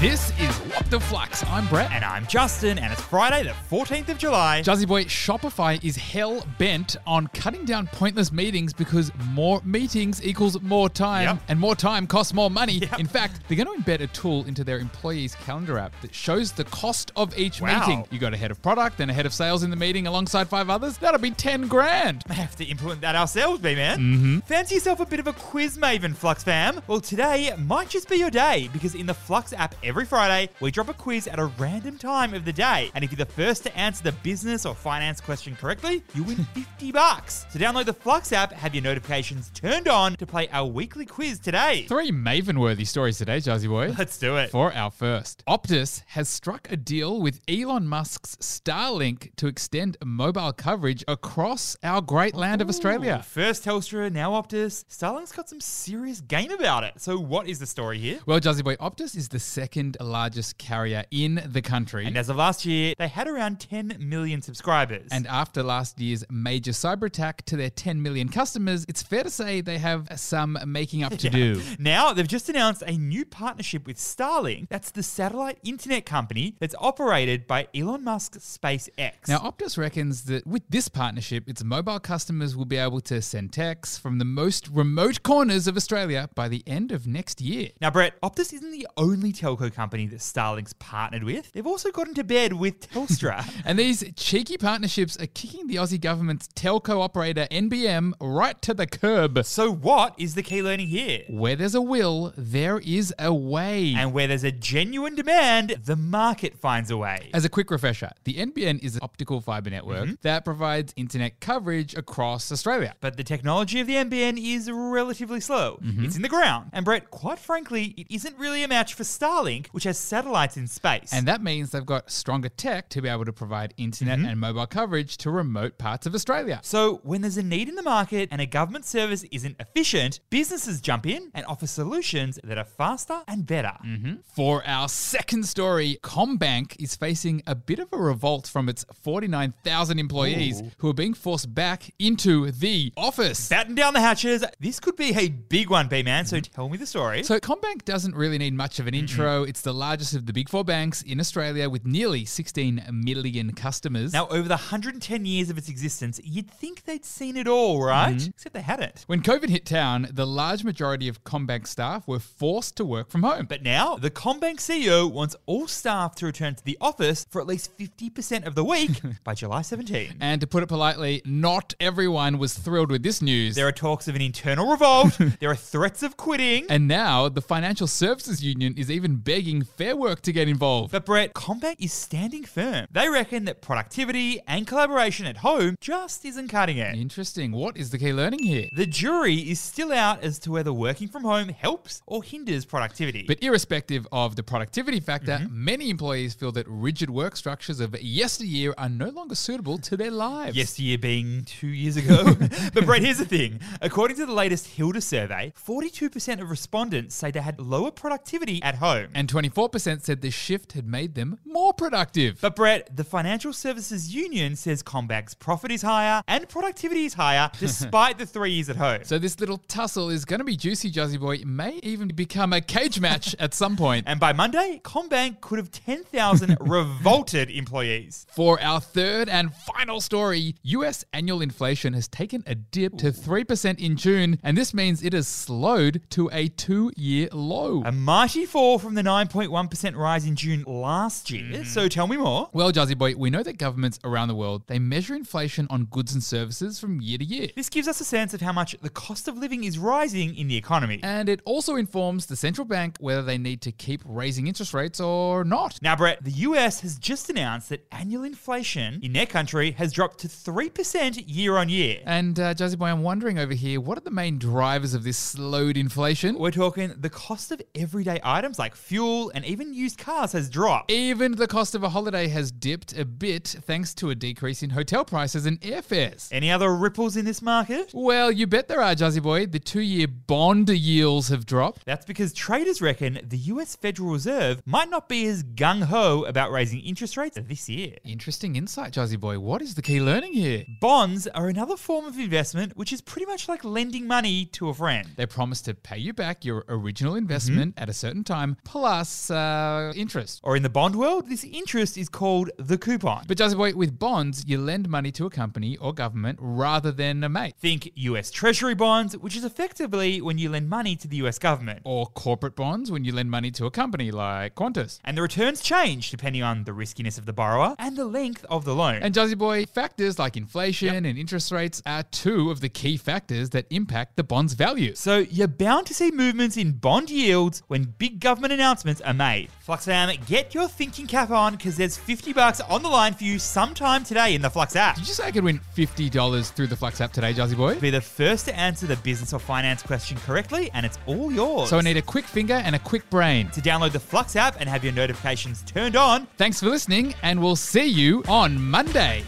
This is What the Flux. I'm Brett. And I'm Justin, and it's Friday, the 14th of July. Jazzy Boy, Shopify is hell bent on cutting down pointless meetings because more meetings equals more time, Yep. and more time costs more money. Yep. In fact, they're going to embed a tool into their employees' calendar app that shows the cost of each Wow. meeting. You got a head of product and a head of sales in the meeting alongside five others. That'll be 10 grand. May have to implement that ourselves, B man. Mm-hmm. Fancy yourself a bit of a quiz maven, Flux fam? Well, today might just be your day because in the Flux app every Friday, we drop a quiz at a random time of the day. And if you're the first to answer the business or finance question correctly, you win 50 bucks. So download the Flux app, have your notifications turned on to play our weekly quiz today. Three Maven worthy stories today, Jazzy Boy. Let's do it. For our first, Optus has struck a deal with Elon Musk's Starlink to extend mobile coverage across our great land of Ooh, Australia. First Telstra, now Optus. Starlink's got some serious game about it. So what is the story here? Well, Jazzy Boy, Optus is the second largest carrier in the country. And And, as of last year, they had around 10 million subscribers. after last year's major cyber attack to their 10 million customers, it's fair to say they have some making up to do. now they've just announced a new partnership with Starlink. That's the satellite internet company that's operated by Elon Musk SpaceX. Now, Optus reckons that with this partnership, its mobile customers will be able to send texts from the most remote corners of Australia by the end of next year. now, Brett, Optus isn't the only telco company that Starlink's partnered with. They've also got into bed with Telstra. And these cheeky partnerships are kicking the Aussie government's telco operator NBM right to the curb. so, what is the key learning here? Where there's a will, there is a way. And where there's a genuine demand, the market finds a way. As a quick refresher, the NBN is an optical fiber network that provides internet coverage across Australia. But the technology of the NBN is relatively slow. Mm-hmm. It's in the ground. And Brett, quite frankly, it isn't really a match for Starlink, which has satellites in space. And that means they've got stronger tech to be able to provide internet and mobile coverage to remote parts of Australia. so, when there's a need in the market and a government service isn't efficient, businesses jump in and offer solutions that are faster and better. Mm-hmm. For our second story, Combank is facing a bit of a revolt from its 49,000 employees who are being forced back into the office. Batten down the hatches. This could be a big one, B man. So, tell me the story. Mm-hmm. So, Combank doesn't really need much of an intro. It's the largest of the big four banks in Australia with nearly 16 million customers. now, over the 110 years of its existence, you'd think they'd seen it all, right? Mm-hmm. Except they hadn't. when COVID hit town, the large majority of Combank staff were forced to work from home. But now, the Combank CEO wants all staff to return to the office for at least 50% of the week by July 17. and to put it politely, not everyone was thrilled with this news. There are talks of an internal revolt, there are threats of quitting. and now the Financial Services Union is even begging Fair Work to get involved. But Brett, Combank is standing firm. They reckon that productivity and collaboration at home just isn't cutting it. Interesting. What is the key learning here? The jury is still out as to whether working from home helps or hinders productivity. But irrespective of the productivity factor, many employees feel that rigid work structures of yesteryear are no longer suitable to their lives. yesteryear being two years ago. but Brett, here's the thing. According to the latest Hilda survey, 42% of respondents say they had lower productivity at home. And 24% said the shift had made them more productive. But Brett, the Financial Services Union says Combank's profit is higher and productivity is higher despite the three years at home. So this little tussle is going to be juicy, Jazzy Boy. It may even become a cage match at some point. and by Monday, Combank could have 10,000 revolted employees. For our third and final story, US annual inflation has taken a dip to 3% in June, and this means it has slowed to a two year low. A mighty fall from the 9.1% rise in June last year. Mm-hmm. So tell me more. Well, Jazzy Boy, we know that governments around the world, they measure inflation on goods and services from year to year. This gives us a sense of how much the cost of living is rising in the economy. And it also informs the central bank whether they need to keep raising interest rates or not. Now, Brett, the US has just announced that annual inflation in their country has dropped to 3% year on year. And uh, Jazzy Boy, I'm wondering over here, what are the main drivers of this slowed inflation? We're talking the cost of everyday items like fuel and even used cars has dropped. Even the cost of a holiday has dipped a bit thanks to a decrease in hotel prices and airfares. Any other ripples in this market? Well, you bet there are, Jazzy Boy. The two year bond yields have dropped. That's because traders reckon the US Federal Reserve might not be as gung ho about raising interest rates this year. Interesting insight, Jazzy Boy. What is the key learning here? Bonds are another form of investment which is pretty much like lending money to a friend. They promise to pay you back your original investment at a certain time, plus uh, uh, interest. Or in the bond world, this interest is called the coupon. But Jazzy Boy, with bonds, you lend money to a company or government rather than a mate Think US Treasury bonds, which is effectively when you lend money to the US government. or corporate bonds when you lend money to a company like Qantas. And the returns change depending on the riskiness of the borrower and the length of the loan. And Jazzy Boy, factors like inflation and interest rates are two of the key factors that impact the bond's value. So you're bound to see movements in bond yields when big government announcements are made. Flux fam, get your thinking cap on because there's 50 bucks on the line for you sometime today in the Flux app. Did you say I could win $50 through the Flux app today, Jazzy Boy? Be the first to answer the business or finance question correctly, and it's all yours. So I need a quick finger and a quick brain. to download the Flux app and have your notifications turned on. Thanks for listening, and we'll see you on Monday.